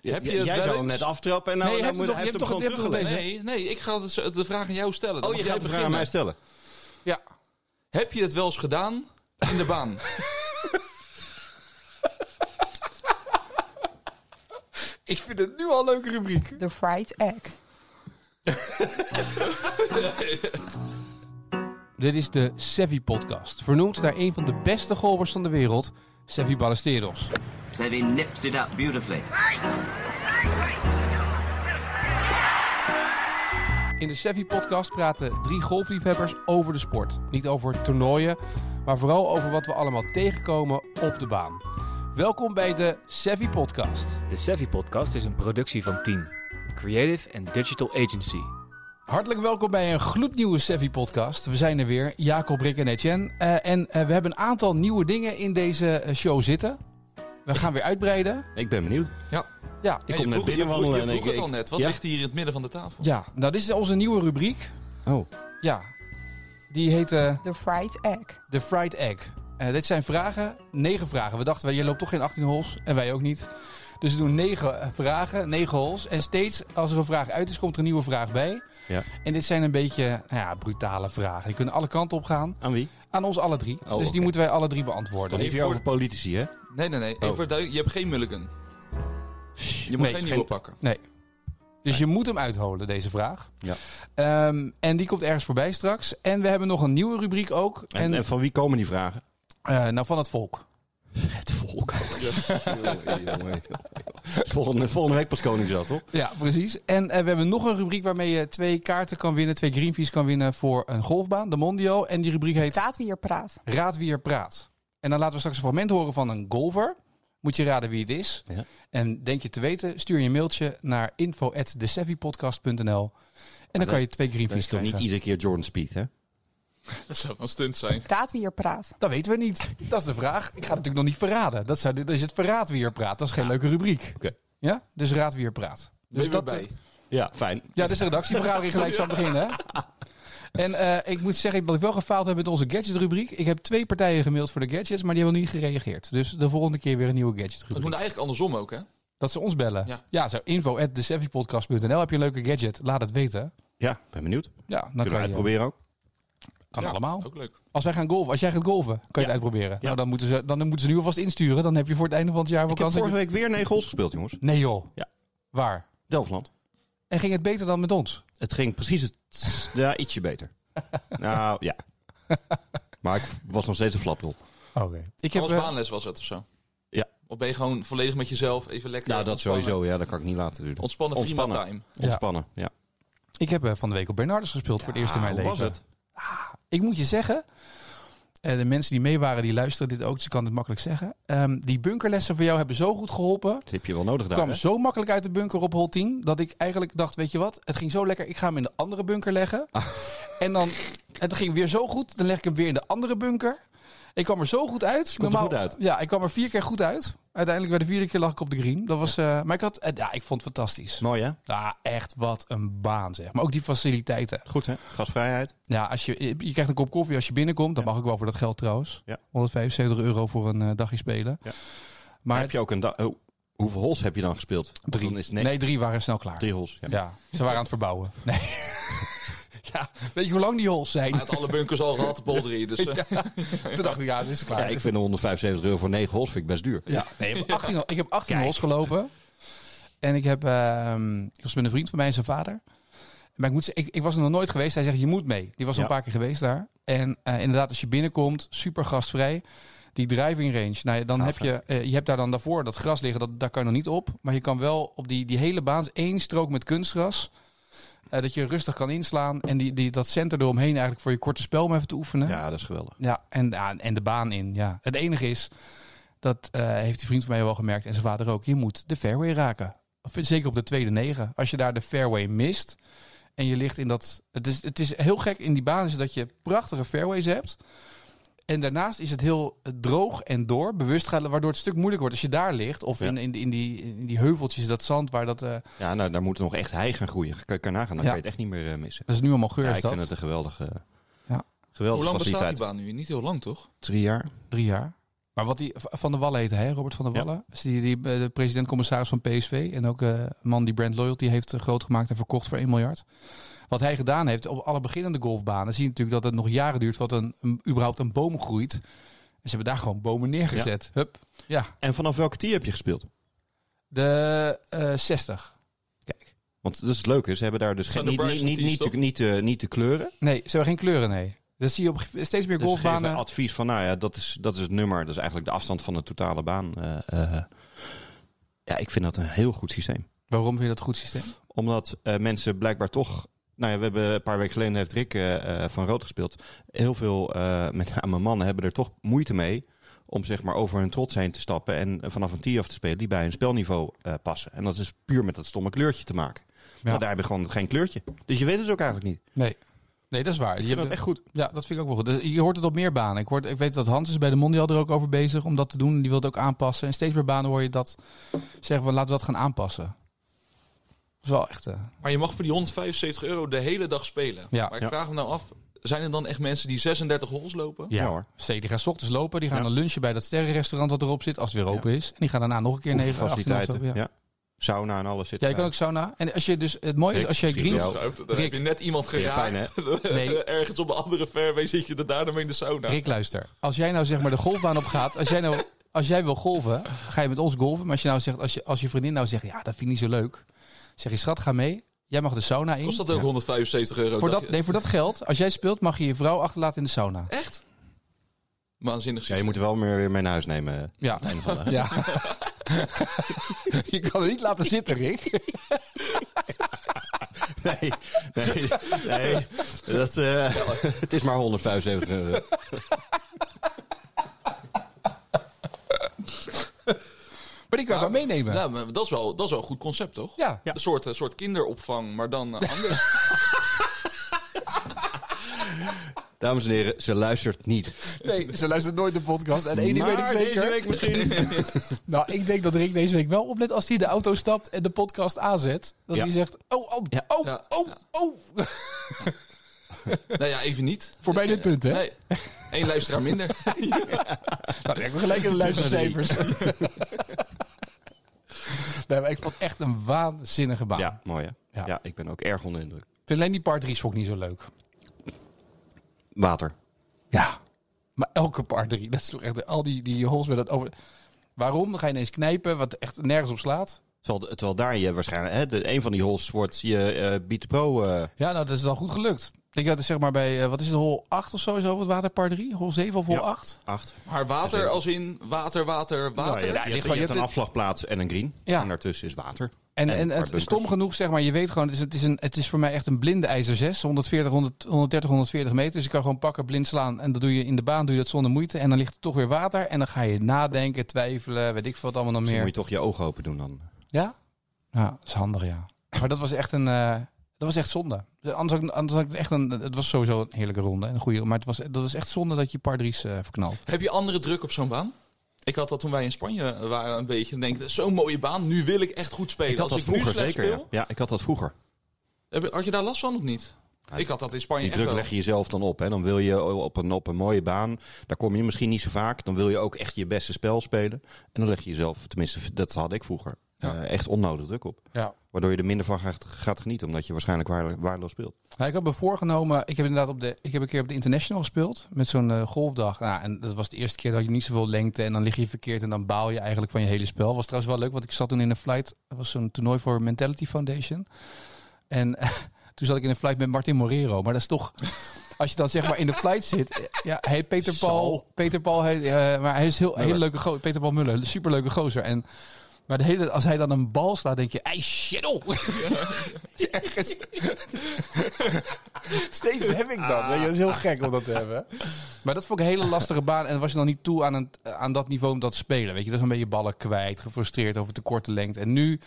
Heb je J- het jij wel zou hem eens? net aftrappen en nou, Nee, je nou hebt hem moet- toch- hij je heeft hebt hem toch- gewoon je hebt hem teruggelegd. Nee, nee, ik ga het- de vraag aan jou stellen. Dan Oh, je mag gaat de vraag aan mij stellen. beginnen. Ja. Heb je het wel eens gedaan in de baan? Ik vind het nu al een leuke rubriek. De fried egg. Dit is de Sevi Podcast. Vernoemd naar een van de beste golvers van de wereld, Sevi Ballesteros. Seve nips it up beautifully. In de Sevi Podcast praten drie golfliefhebbers over de sport. Niet over toernooien, maar vooral over wat we allemaal tegenkomen op de baan. Welkom bij de Sevi Podcast. De Savvy Podcast is een productie van Team, Creative and Digital Agency. Hartelijk welkom bij een gloednieuwe Sevi Podcast. We zijn er weer, Jacob, Rick en Etienne. Eh, en eh, we hebben een aantal nieuwe dingen in deze eh, show zitten. We gaan weer uitbreiden. Ik ben benieuwd. Ja, Ik je kom net vroeg- je vroeg- binnenwandelen Je en vroeg ik- het al ik- net. Wat ja. ligt hier in het midden van de tafel? ja, nou dit is onze nieuwe rubriek. Oh, Ja, die heet eh, De fried egg. De Fried Egg. Eh, dit zijn vragen, negen vragen. We dachten, je loopt toch geen 18 holes en wij ook niet. Dus we doen negen eh, vragen, negen holes. En steeds als er een vraag uit is, komt er een nieuwe vraag bij. Ja. En dit zijn een beetje nou ja, brutale vragen. Die kunnen alle kanten op gaan. aan wie? Aan ons alle drie. dus Oh, oké. die moeten wij alle drie Dan beantwoorden. heeft hier voor- over politici, hè? Nee, nee, nee. Even Oh. voor het duidelijk- je hebt geen mulligan. Je moet Nee, geen geen- nieuwe pakken. Nee. Dus je moet hem uitholen, deze vraag. Ja. Ehm, en die komt ergens voorbij straks. En we hebben nog een nieuwe rubriek ook. En, en, van wie komen die vragen? eh, nou, van het volk. Het volk. Jongen, jongen. volgende, volgende week pas Koningsdag, toch? Ja, precies. En eh, we hebben nog een rubriek waarmee je twee kaarten kan winnen, twee greenfees kan winnen voor een golfbaan, de Mondio. En die rubriek heet Laat wie hier praat. Raad wie er praat. En dan laten we straks een fragment horen van een golfer. Moet je raden wie het is. Ja. En denk je te weten, stuur je een mailtje naar info@thesavvypodcast.nl. En dan dat- kan je twee Dan greenfees is toch niet krijgen. iedere keer Jordan Speed, hè? Dat zou wel een stunt Dus zijn. Praat wie hier praat. Dat weten we niet. Dat is de vraag. Ik ga het natuurlijk nog niet verraden. Dat, zou, dat is het verraad wie er praat. Dat is geen leuke rubriek. Oké. Ja? Dus raad wie er praat. Dus dat- dat bij. eh, Ja, fijn. Ja, dus de redactievergadering gelijk zo beginnen. Hè? En eh, ik moet zeggen dat ik wel gefaald heb met onze gadgetrubriek. Ik heb twee partijen gemaild voor de gadgets, maar die hebben niet gereageerd. Dus de volgende keer weer een nieuwe Het gadgetrubriek. moet eigenlijk andersom ook, hè? Dat ze ons bellen. Ja, Ja. zo info at deceptiepodcast.nl. Heb je een leuke gadget? Laat het weten. Ja, ben benieuwd. Kunnen Ja, dan we kan je uitproberen ook? Kan Ja, allemaal. Ook leuk. Als wij gaan golven, als jij gaat golven, kan je het uitproberen. Nou, dan moeten, ze, dan moeten ze nu alvast insturen. Dan heb je voor het einde van het jaar wel Ik heb kans. dat vorige je- week weer negen goals gespeeld, jongens. Nee joh. Ja. Waar? Delftland. En ging het beter dan met ons? Het ging precies het, ja, ietsje beter. nou, ja. Maar ik was nog steeds een flapdol. Oké. Ik heb... Als eh, baanles was het of zo? Ja. Of ben je gewoon volledig met jezelf even lekker... Nou, dat ontspannen- sowieso. Ja, dat kan ik niet laten duren. Ontspannen, Ontspannen. prima time. Ja. Ontspannen, ja. Ah, Ik heb eh, van de week op Bernardus gespeeld voor het eerst in mijn hoe leven. was het? Ik moet je zeggen, eh, de mensen die mee waren, die luisteren dit ook, dus ik kan het makkelijk zeggen. Ehm, die bunkerlessen voor jou hebben zo goed geholpen. Dat heb je wel nodig Ik daar, kwam hè? zo makkelijk uit de bunker op hol 10, dat ik eigenlijk dacht, weet je wat, het ging zo lekker, ik ga hem in de andere bunker leggen. Ah. En dan, het ging weer zo goed, dan leg ik hem weer in de andere bunker. Ik kwam er zo goed uit. komt er goed uit. Ja, ik kwam er vier keer goed uit. Uiteindelijk bij de vierde keer lag ik op de green. Dat was, eh, maar ik had, eh, ja, ik vond het fantastisch. Mooi, hè? Ja, echt wat een baan zeg. Maar ook die faciliteiten. Goed, hè? Gasvrijheid. Ja, als je, je krijgt een kop koffie als je binnenkomt. Dat mag ook wel voor dat geld trouwens. Ja. 175 euro voor een eh, dagje spelen. Ja. Maar heb je ook een... da- Oh, hoeveel holes heb je dan gespeeld? Want drie. Dan is het nee. nee, drie waren snel klaar. drie holes. Ja. Ja, ze waren aan het verbouwen. Nee. ja, weet je hoe lang die holes zijn? Hij had alle bunkers al gehad, de bolderen. Dus eh, Toen dacht ik, ja, dit is klaar. Ja, ik vind 175 euro voor negen holes vind ik best duur. Ja, nee, ik heb 18, hol- ik heb 18 holes gelopen. En ik, heb, ehm, ik was met een vriend van mij en zijn vader. Maar ik, moet, zeggen, ik, ik was er nog nooit geweest. Hij zegt, je moet mee. Die was al Ja. een paar keer geweest daar. En eh, inderdaad, als je binnenkomt, super gastvrij. Die driving range, nou, ja, dan Gaaf, heb je, eh, je hebt daar dan daarvoor dat gras liggen. Dat, daar kan je nog niet op. Maar je kan wel op die, die hele baan, één strook met kunstgras. eh, dat je rustig kan inslaan. En die, die, dat center eromheen eigenlijk voor je korte spel om even te oefenen. Ja, dat is geweldig. Ja, en, ja, en de baan in. Ja. Het enige is, dat eh, heeft die vriend van mij wel gemerkt en zijn vader ook, je moet de fairway raken. Of Zeker op de tweede negen. Als je daar de fairway mist en je ligt in dat... Het is, het is heel gek in die baan is dat je prachtige fairways hebt. En daarnaast is het heel eh, droog en door, bewust gaan, waardoor het een stuk moeilijker wordt als je daar ligt. Of Ja. in, in, in, die, in die heuveltjes, dat zand waar dat... eh, Ja, nou, daar moet nog echt hei gaan groeien. Kan, kan nagaan, dan Ja. kan je het echt niet meer eh, missen. dat is nu allemaal geur, Ja, is ik dat? vind het een geweldige, Ja. geweldige hoe lang bestaat die faciliteit. baan nu? Niet heel lang, toch? Drie jaar. Drie jaar. Maar wat die Van der Wallen heette, hè? Robert van der Ja. Wallen. Is die, die eh, de president-commissaris van PSV. En ook eh, een man die brand loyalty heeft eh, groot gemaakt en verkocht voor 1 miljard. Wat hij gedaan heeft op alle beginnende golfbanen. Zie je natuurlijk dat het nog jaren duurt wat een, een- überhaupt een boom groeit. En ze hebben daar gewoon bomen neergezet. Hup. Ja. En vanaf welke tier heb je gespeeld? De eh 60. Kijk. Want dat is het leuke, ze hebben daar dus Zijn geen, de niet, niet, Bryson niet, tees, niet, toch? de, niet, de, niet de kleuren. Nee, ze hebben geen kleuren, nee. Dat zie je op een gegeven- steeds meer Dus ze geven golfbanen. advies van, nou ja, dat is, dat is het nummer. Dat is eigenlijk de afstand van de totale baan. eh, eh. ja, ik vind dat een heel goed systeem. Waarom vind je dat goed systeem? Omdat eh, mensen blijkbaar toch... Nou ja, we hebben een paar weken geleden heeft Rick eh, eh, van Rood gespeeld. Heel veel, eh, met name mannen, hebben er toch moeite mee... om zeg maar over hun trots heen te stappen... en eh, vanaf een tee af te spelen die bij hun spelniveau eh, passen. En dat is puur met dat stomme kleurtje te maken. Ja. Maar daar heb je gewoon geen kleurtje. Dus je weet het ook eigenlijk niet. Nee. Nee, dat is waar. Je Je vindt hebt- dat echt goed. Ja, dat vind ik ook wel goed. Dus Je hoort het op meer banen. Ik, hoort, ik weet dat Hans is bij de Mondial er ook over bezig om dat te doen. Die wil het ook aanpassen. En steeds meer banen hoor je dat zeggen van laten we dat gaan aanpassen. Dat is wel echt... eh, Maar je mag voor die 175 euro de hele dag spelen. Ja. maar ik Ja. vraag me nou af, zijn er dan echt mensen die 36 holes lopen? ja. hoor. Zee, die gaan 's ochtends lopen. Die gaan Ja. een lunchen bij dat sterrenrestaurant wat erop zit. Als het weer open is. En die gaan daarna nog een keer Oefen- 9, 18 of zo. faciliteiten. Ja. Ja. Sauna en alles zit Ja, je kan erbij. ook sauna. En als je dus, het mooie is Ik als je zie greens... jou. Zo, Dan heb Rick. je net iemand Vind je geraakt. Nee. Ergens op een andere fairway zit je er daarna mee in de sauna. Rick, luister. Als jij nou zeg maar de golfbaan op gaat, als jij nou als jij wil golven, ga je met ons golven. Maar als je nou zegt, als je, als je vriendin nou zegt, ja, dat vind ik niet zo leuk, zeg je schat, ga mee. Jij mag de sauna in. Kost dat ook 175 euro? voor dacht dat, je? nee, voor dat geld, als jij speelt, mag je je vrouw achterlaten in de sauna. Echt? Waanzinnig Ja, je systeem. moet er wel meer weer mee naar huis nemen. Ja. ja. je kan het niet laten zitten, Rick. Nee, nee, nee. Dat, eh, het is maar 175 euro. Maar die kan je wel meenemen. Nou, maar dat, is wel, dat is wel een goed concept, toch? ja. Een soort, een soort kinderopvang, maar dan eh, anders. Dames en heren, ze luistert niet. Nee, ze luistert nooit de podcast. En één ding Maar weet ik zeker. deze week misschien. Nou, ik denk dat Rick deze week wel oplet als hij de auto stapt en de podcast aanzet. Dat Ja. hij zegt, oh, oh, Ja. oh, Ja. oh, oh. nou ja, even niet. Voor mij dit punt, hè? Nee. Eén luisteraar minder. Nou, dan hebben we gelijk in de luistercijfers. nee, maar ik vond het echt een waanzinnige baan. Ja, mooi hè? Ja. Ah. Ja. ik ben ook erg onder de indruk. Ik vind alleen die part 3's vond ik niet zo leuk. Water. Ja. Maar elke part 3, dat is toch echt al die, die holes met dat over... Waarom? Dan ga je ineens knijpen, wat echt nergens op slaat. Terwijl, terwijl daar je waarschijnlijk... Hè, de, een van die holes wordt je eh Beat the Pro... eh, Ja, nou, dat is dan goed gelukt. Ik had het zeg maar bij, eh, wat is het, hol 8 of zo, zo wat water par 3? Hol 7 of hol Ja. 8? acht. Maar water als in water, water, water. Nou, je, hebt- je, hebt- ligt je gewoon- hebt je een hebt- afslagplaats en een green. Ja. En daartussen is water. En, En en, een het paar is stom bunkers. genoeg, zeg maar, je weet gewoon, het is, het is, een, het is voor mij echt een blinde ijzer 6. 140, 100, 130, 140 meter. Dus je kan gewoon pakken, blind slaan. En dat doe je in de baan, doe je dat zonder moeite. En dan ligt er toch weer water. En dan ga je nadenken, twijfelen, weet ik veel wat allemaal nog Dus dan meer. moet je toch je ogen open doen dan. Ja? Ja, dat is handig, ja. Maar dat was echt een... eh, dat was echt zonde. Anders, had ik- anders had ik echt een... Het was sowieso een heerlijke ronde. En een goede, maar het was, dat is echt zonde dat je par 3's eh, verknalt. Heb je andere druk op zo'n baan? Ik had dat toen wij in Spanje waren een beetje. Dan Denk, ik, zo'n mooie baan, nu wil ik echt goed spelen. Ik had dat Als ik nu vroeger slecht zeker, speel, ja. Ja, ik had dat vroeger. heb je- Had je daar last van of niet? ik had dat in Spanje Die echt druk wel. leg je jezelf dan op. Hè? Dan wil je op een, op een mooie baan. Daar kom je misschien niet zo vaak. Dan wil je ook echt je beste spel spelen. En dan leg je jezelf, tenminste, dat had ik vroeger. Ja. eh, echt onnodig druk op. Ja. Waardoor je er minder van gaat, gaat genieten. Omdat je waarschijnlijk waarde- waardeloos speelt. Nou, ik had me voorgenomen, ik heb inderdaad op de, ik heb een keer op de International gespeeld met zo'n eh, golfdag. Nou, en dat was de eerste keer dat je niet zoveel lengte en dan lig je verkeerd en dan baal je eigenlijk van je hele spel. Was trouwens wel leuk, want ik zat toen in een flight, dat was zo'n toernooi voor Mentality Foundation. En toen zat ik in een flight met Martin Morero, maar dat is toch, als je dan zeg maar in de flight zit. eh, Ja, hey Peter Paul, Peter Paul, hij, eh, maar hij is heel, heel leuke gozer, Peter Paul Muller, superleuke gozer. En maar de hele, als hij dan een bal slaat, denk je, ei, shit, oh. Ergens. Steeds heb ik dat. weet je, dat is heel gek om dat te hebben. Ah. Maar dat vond ik een hele lastige baan. En was je dan niet toe aan, een, aan dat niveau om dat te spelen. Weet je, dat is een beetje ballen kwijt, gefrustreerd over te korte lengte. En nu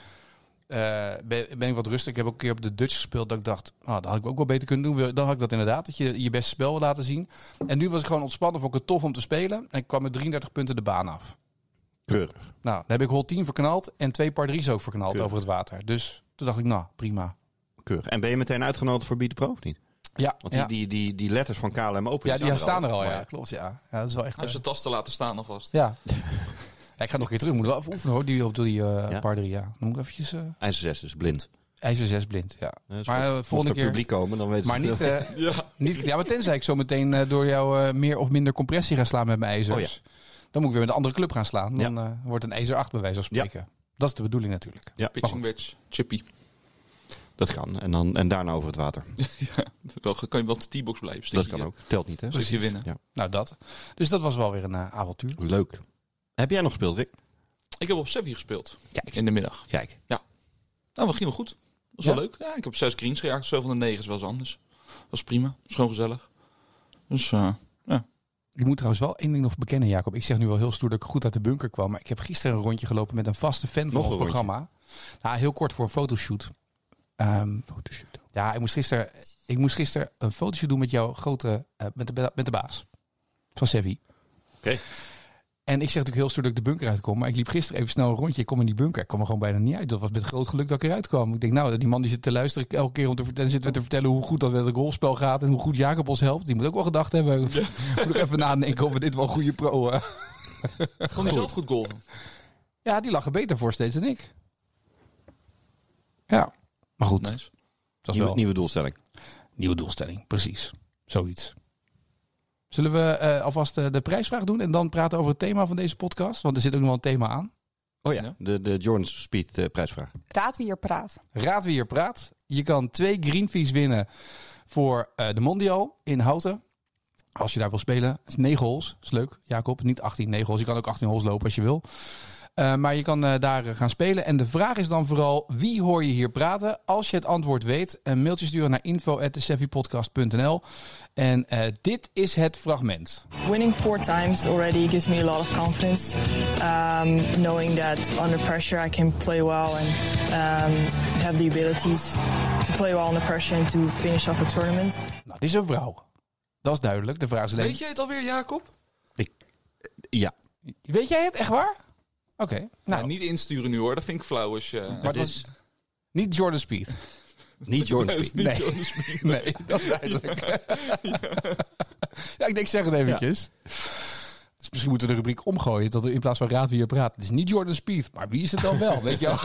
eh, ben, ben ik wat rustig. Ik heb ook een keer op de Dutch gespeeld dat ik dacht, ah, dat had ik ook wel beter kunnen doen. Wil- Dan had ik dat inderdaad, dat je je beste spel wil laten zien. En nu was ik gewoon ontspannen, vond ik het tof om te spelen. En ik kwam met 33 punten de baan af. Treurig. Nou, dan heb ik hol 10 verknald en twee par 3's ook verknald Keurig. over het water. Dus toen dacht ik, nou, prima. Keurig. En ben je meteen uitgenodigd voor Beat the Pro of niet? Ja, Want die, ja. die, die, die letters van KLM Open ja, die staan er al, Maar ja. Klopt, ja. ja. Dat is wel echt... Uit eh, zijn tas te laten staan alvast. ja. ja. Ik ga nog een keer terug. Moet wel even oefenen hoor, die op die eh, Ja. par 3. Ja. Dan moet ik eventjes... eh IJzer 6 dus blind. IJzer 6 blind, ja. Ja, dus maar mocht- eh, Mocht volgende er keer... publiek komen, dan weten Maar ze niet, veel. eh, Ja. niet... Ja, maar tenzij ik zo meteen eh, door jou eh, meer of minder compressie ga slaan met mijn Oh ijzers. Dan moet ik weer met een andere club gaan slaan. Dan eh, wordt een ijzer 8 bij wijze van Ja. spreken. Dat is de bedoeling natuurlijk. ja, Maar goed. Pitching wedge, chippy. dat kan. En, dan, en daarna over het water. Dan kan je wel op de t-box blijven. Dat stukje- kan ook. Telt niet, hè? Stukje winnen. Ja. Nou, dat. Dus dat was wel weer een eh, avontuur. Leuk. Heb jij nog gespeeld, Rick? Ik heb op Sevi gespeeld. Kijk. In de middag. Kijk. Nou, we gingen goed. Was wel leuk. Ja, ik heb zes greens gejaagd. Zo van de negen is wel eens anders. Was prima. Was gewoon gezellig. Dus eh, Ik moet trouwens wel één ding nog bekennen, Jacob. Ik zeg nu wel heel stoer dat ik goed uit de bunker kwam. Maar ik heb gisteren een rondje gelopen met een vaste fan van Nog ons een rondje? programma. Nou, heel kort voor een fotoshoot. Ehm, Fotoshoot. ja, ik moest gisteren, ik moest gisteren een fotoshoot doen met jouw grote, eh, met, de, met de baas van Sevi. Oké. En ik zeg natuurlijk heel stoer dat ik de bunker uitkom. Maar ik liep gisteren even snel een rondje. Ik kom in die bunker. Ik kom er gewoon bijna niet uit. Dat was met groot geluk dat ik eruit kwam. Ik denk, nou, die man die zit te luisteren elke keer om te vertellen, zitten we te vertellen hoe goed dat met het golfspel gaat. En hoe goed Jacob ons helpt. Die moet ook wel gedacht hebben. Moet ik even nadenken of we dit wel een goede pro. eh. gewoon zelf goed golven. Ja, die lag er beter voor steeds dan ik. Ja, maar goed. Nice. Dat is Nieuwe, wel nieuwe doelstelling. nieuwe doelstelling. Precies. Zoiets. Zullen we eh, alvast eh, de prijsvraag doen en dan praten over het thema van deze podcast? Want er zit ook nog wel een thema aan. Oh ja, Ja. de, de Jordan Speed eh, prijsvraag. Raad wie hier praat. Raad wie hier praat. Je kan twee Greenpeace winnen voor eh, de Mondial in Houten. Als je daar wil spelen. Het is 9 holes. is leuk, Jacob. Niet 18, 9 holes. Je kan ook 18 holes lopen als je wil. Eh, maar je kan eh, daar eh, gaan spelen. En de vraag is dan vooral, wie hoor je hier praten? Als je het antwoord weet, een mailtje sturen naar info.deseviepodcast.nl. En eh, dit is het fragment. Winning four times already gives me a lot of confidence, um, knowing that under pressure I can play well and um, have the abilities to play well under pressure and to finish off a tournament. Nou, het is een vrouw. Dat is duidelijk. De vraag is alleen... Weet jij het alweer, Jacob? Ja, Weet jij het? Echt waar? Oké. Nou, Nou, niet, niet insturen nu hoor. Dat vind ik flauw als je... maar het het was niet Jordan Speed. niet Jordan Speed. Nee. Jordan Speed. Nee, dat is duidelijk. Ja, ik denk, ik zeg het eventjes. Dus misschien moeten we de rubriek omgooien. Dat we in plaats van raad wie je praat. Het is niet Jordan Speed, maar wie is het dan wel? Weet je wel?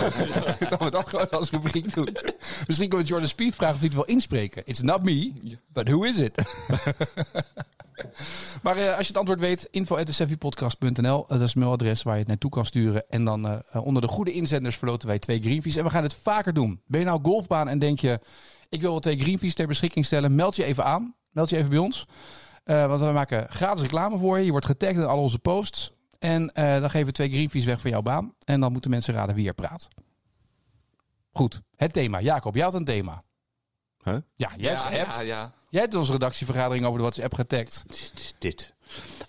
dat we dat gewoon als rubriek doen. Misschien kunnen we Jordan Speed vragen of hij het wil inspreken. It's not me, but who is it? maar eh, als je het antwoord weet, info.seffypodcast.nl. Eh, dat is het mailadres waar je het naartoe kan sturen. En dan eh, eh, onder de goede inzenders verloten wij twee Greenpeace. En we gaan het vaker doen. Ben je nou golfbaan en denk je... Ik wil wel twee Greenpeace ter beschikking stellen. Meld je even aan. Meld je even bij ons. Eh, want we maken gratis reclame voor je. Je wordt getagd in al onze posts. En eh, dan geven we twee Greenpeace weg voor jouw baan. En dan moeten mensen raden wie er praat. Goed. Het thema. Jacob, jij had een thema. Huh? Ja, jij, Ja, hebt, ja, ja. jij hebt onze redactievergadering over de WhatsApp getagd. Dit.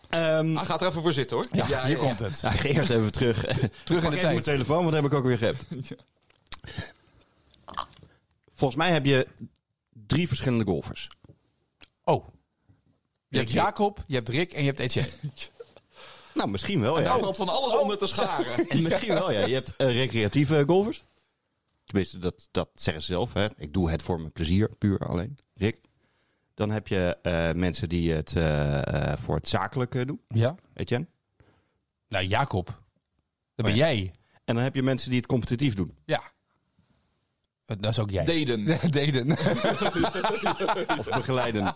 Ehm, Hij gaat Ah, er even voor zitten hoor. Ja, hier komt het. nou, ik ga eerst even terug. Terug in Pak even de tijd. mijn telefoon, want dat heb ik ook weer geappt. Volgens mij heb je drie verschillende golfers. Oh. Je Rick, hebt Jacob, je hebt Rick en je hebt Etienne. Nou, misschien wel, ja. Hij valt van alles onder te scharen. En misschien wel, ja. Je hebt eh, recreatieve golfers. Tenminste, dat, dat zeggen ze zelf. Hè. Ik doe het voor mijn plezier, puur alleen. Rick. Dan heb je eh, mensen die het eh, eh, voor het zakelijke doen. Ja? Etienne. Nou, Jacob. Dat ben Oh ja. jij. En dan heb je mensen die het competitief doen. Ja. Eh, Dat is ook jij. Deden. Deden. Of begeleiden.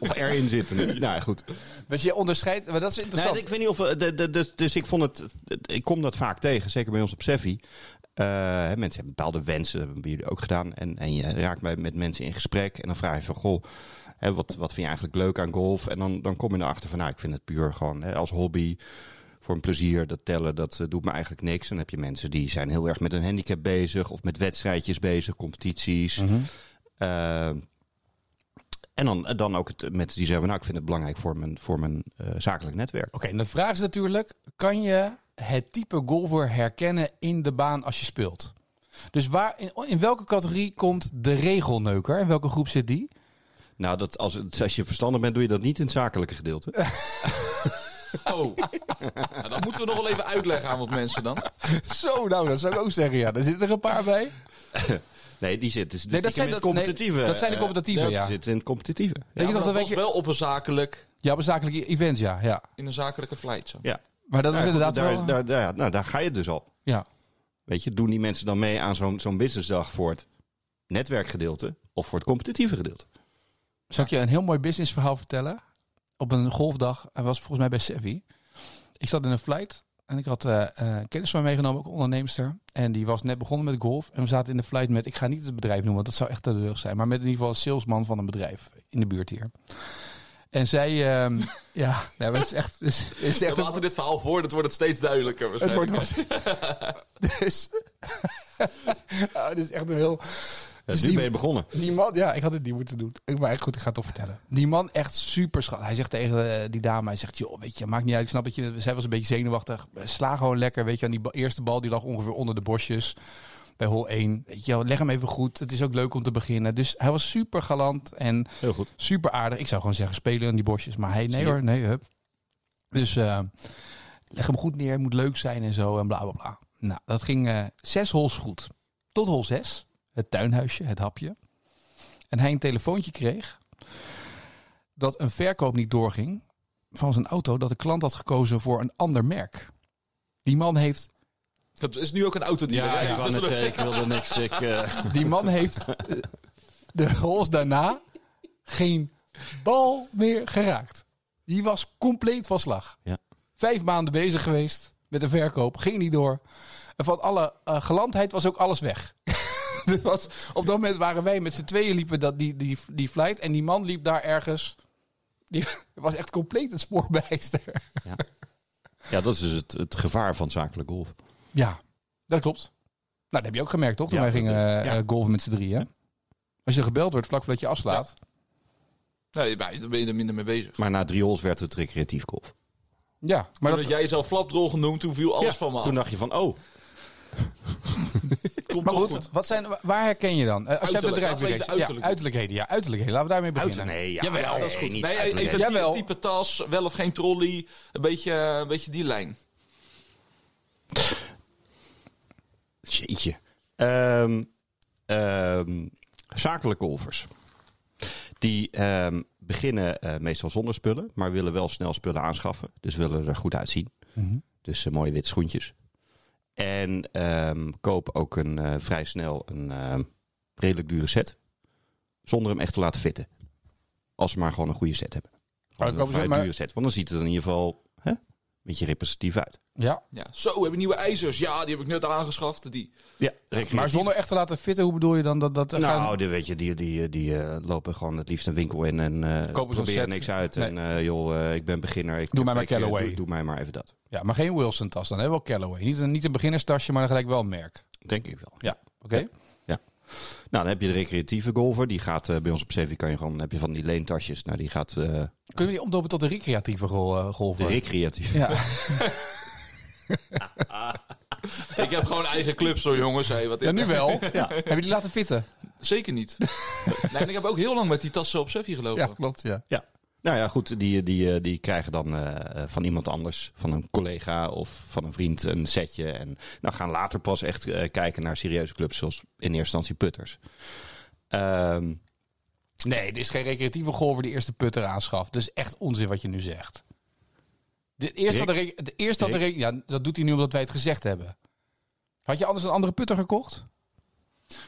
of erin zitten. Nou ja, goed. Dus je onderscheidt, maar dat is interessant. Nee, ik weet niet of... eh, de, de, dus, dus ik vond het... Ik kom dat vaak tegen, zeker bij ons op Seffi. Eh, hè, mensen hebben bepaalde wensen, dat hebben jullie ook gedaan. En, en je raakt bij, met mensen in gesprek en dan vraag je van... Goh, hè, wat, wat vind je eigenlijk leuk aan golf? En dan, dan kom je erachter van, nou, ik vind het puur gewoon hè, als hobby... Voor een plezier, dat tellen, dat eh, doet me eigenlijk niks. Dan heb je mensen die zijn heel erg met een handicap bezig... of met wedstrijdjes bezig, competities. Eh, en dan, eh, dan ook het, mensen die zeggen, nou, ik vind het belangrijk voor mijn, voor mijn eh, zakelijk netwerk. Oké, en de vraag is natuurlijk: kan je het type golfer herkennen in de baan als je speelt? Dus waar, in, in welke categorie komt de regelneuker? In welke groep zit die? Nou, dat als, het- als je verstandig bent, doe je dat niet in het zakelijke gedeelte. Oh. Nou, dat moeten we nog wel even uitleggen aan wat mensen dan. Zo, nou, dat zou ik ook zeggen. Ja, daar zitten er een paar bij. Nee, die zit dus Nee, dat dat zijn zijn in het dat- nee, competitieve. dat zijn de eh, competitieve, dat ja. zit in het competitieve. Weet je nog dat dat weet was je... wel op een zakelijk, Ja, op zakelijke event, ja. ja. in een zakelijke flight. Zo. Ja. Maar dat Nou is ja, goed, inderdaad daar, wel... daar, daar, nou, daar ga je dus op. ja. Weet je, doen die mensen dan mee aan zo'n zo'n businessdag voor het netwerkgedeelte of voor het competitieve gedeelte? Zal ik je een heel mooi businessverhaal vertellen? Op een golfdag, hij was volgens mij bij Sevi. Ik zat in een flight en ik had eh, eh, een kennis van mij meegenomen, ook een onderneemster. En die was net begonnen met golf. En we zaten in de flight met, ik ga niet het bedrijf noemen, want dat zou echt te lucht zijn. Maar met in ieder geval een salesman van een bedrijf in de buurt hier. En zij, ehm, ja, nee, maar het is echt, het is, het is We echt laten dit verhaal voor, dat wordt het steeds duidelijker. het wordt waarschijnlijk. was. dus. ja, dit is echt een heel. Ja, Dus nu die- ben je begonnen. Die man, ja, ik had het niet moeten doen. Ik, maar echt goed, ik ga het toch vertellen. Die man echt super schat. Hij zegt tegen eh, die dame, hij zegt, joh, weet je, maakt niet uit. Ik snap dat je, zij was een beetje zenuwachtig. Eh, Sla gewoon lekker, weet je. Aan die ba- eerste bal, die lag ongeveer onder de bosjes. Bij hol 1. Weet je, wel, leg hem even goed. Het is ook leuk om te beginnen. Dus hij was super galant en Heel goed. super aardig. Ik zou gewoon zeggen, spelen aan die bosjes. Maar hij, nee Zie je. hoor, nee, hup. Dus eh, leg hem goed neer, moet leuk zijn en zo en bla bla bla. Nou, dat ging eh, zes hols goed. Tot hol zes, het tuinhuisje, het hapje. En hij een telefoontje kreeg dat een verkoop niet doorging van zijn auto. Dat de klant had gekozen voor een ander merk. Die man heeft Het is nu ook een autodealer. Ja, hè? ik wou net zeggen, ik wilde niks. Ik, eh, Die man heeft eh, de hols daarna geen bal meer geraakt. Die was compleet van slag. Ja. Vijf maanden bezig geweest met de verkoop, ging niet door. En van alle eh, gelandheid was ook alles weg. Er was, op dat moment waren wij met z'n tweeën liepen dat, die, die, die flight. En die man liep daar ergens. Die was echt compleet het spoorbijster. ja, dat is dus het, het gevaar van zakelijk golf. Ja, dat klopt. Nou, dat heb je ook gemerkt, toch? Toen Ja, wij gingen dat- eh, ja. eh, golven met z'n drieën. Als je gebeld wordt vlak voordat je afslaat. Nee, maar daar ben je er minder mee bezig. Maar na drie holes werd het recreatief golf. Ja, maar Maar dat, dat jij zelf flapdrol genoemd, toen viel alles Ja, van me af. Toen dacht je van, oh, Komt maar toch goed, wat zijn, wa- waar herken je dan? Eh, Als jij Uiterlijk, bedrijf laten we even bereist- ja, uiterlijk. uiterlijkheden, ja, uiterlijkheden. Laten we daarmee uit, beginnen. nee, ja, Jawel, ja, dat is goed. Niet Nee, uit- even nee. het Jawel. type, type tas, wel of geen trolley, een beetje, eh, een beetje die lijn. Jeetje. Ehm, ehm, zakelijke golfers. Die ehm, beginnen eh, meestal zonder spullen, maar willen wel snel spullen aanschaffen. Dus willen er goed uitzien. Mhm. Dus eh, mooie witte schoentjes. En ehm, koop ook een, eh, vrij snel een ehm, redelijk dure set. Zonder hem echt te laten fitten. Als ze maar gewoon een goede set hebben. Oh, dan Gewoon een kopen ze vrij maar- dure set. Want dan ziet het er in ieder geval hè, een beetje representatief uit. Ja, Ja. Zo, we hebben nieuwe ijzers. Ja, die heb ik net aangeschaft. Die. Ja, maar zonder echt te laten fitten, hoe bedoel je dan dat... dat eh, Nou, gaan- die, weet je, die, die, die eh, lopen gewoon het liefst een winkel in en eh Kopen zo'n proberen set. niks uit. Nee. En eh, joh, eh, ik ben beginner. Ik, Doe mij maar ik, eh, Callaway. Doe, doe mij maar even dat. Ja, maar geen Wilson-tas dan, hè? wel Callaway. Niet een, niet een beginnerstasje, maar dan gelijk wel een merk. Denk ik wel. Ja. Oké? Nou, dan heb je de recreatieve golfer. Die gaat eh, bij ons op CV kan je gewoon, heb je van die leentasjes. Nou, die gaat eh, Kunnen we die omdopen tot een recreatieve gol, eh, golfer? de recreatieve. ja. Ik heb gewoon eigen clubs hoor, jongens. Hey, wat ja, nu ik- wel. ja. Heb je die laten fitten? Zeker niet. nee, en ik heb ook heel lang met die tassen op Seffie gelopen. klopt, ja. Ja. Nou ja, goed, die, die, eh, die krijgen dan eh, eh, van iemand anders, van een collega of van een vriend, een setje. En nou gaan later pas echt eh, kijken naar serieuze clubs, zoals in eerste instantie putters. Ehm Nee, dit is geen recreatieve golfer die eerst de putter aanschaft. Dus echt onzin wat je nu zegt. De eerste had de, re- de eerste had de re- ja, dat doet hij nu omdat wij het gezegd hebben. Had je anders een andere putter gekocht?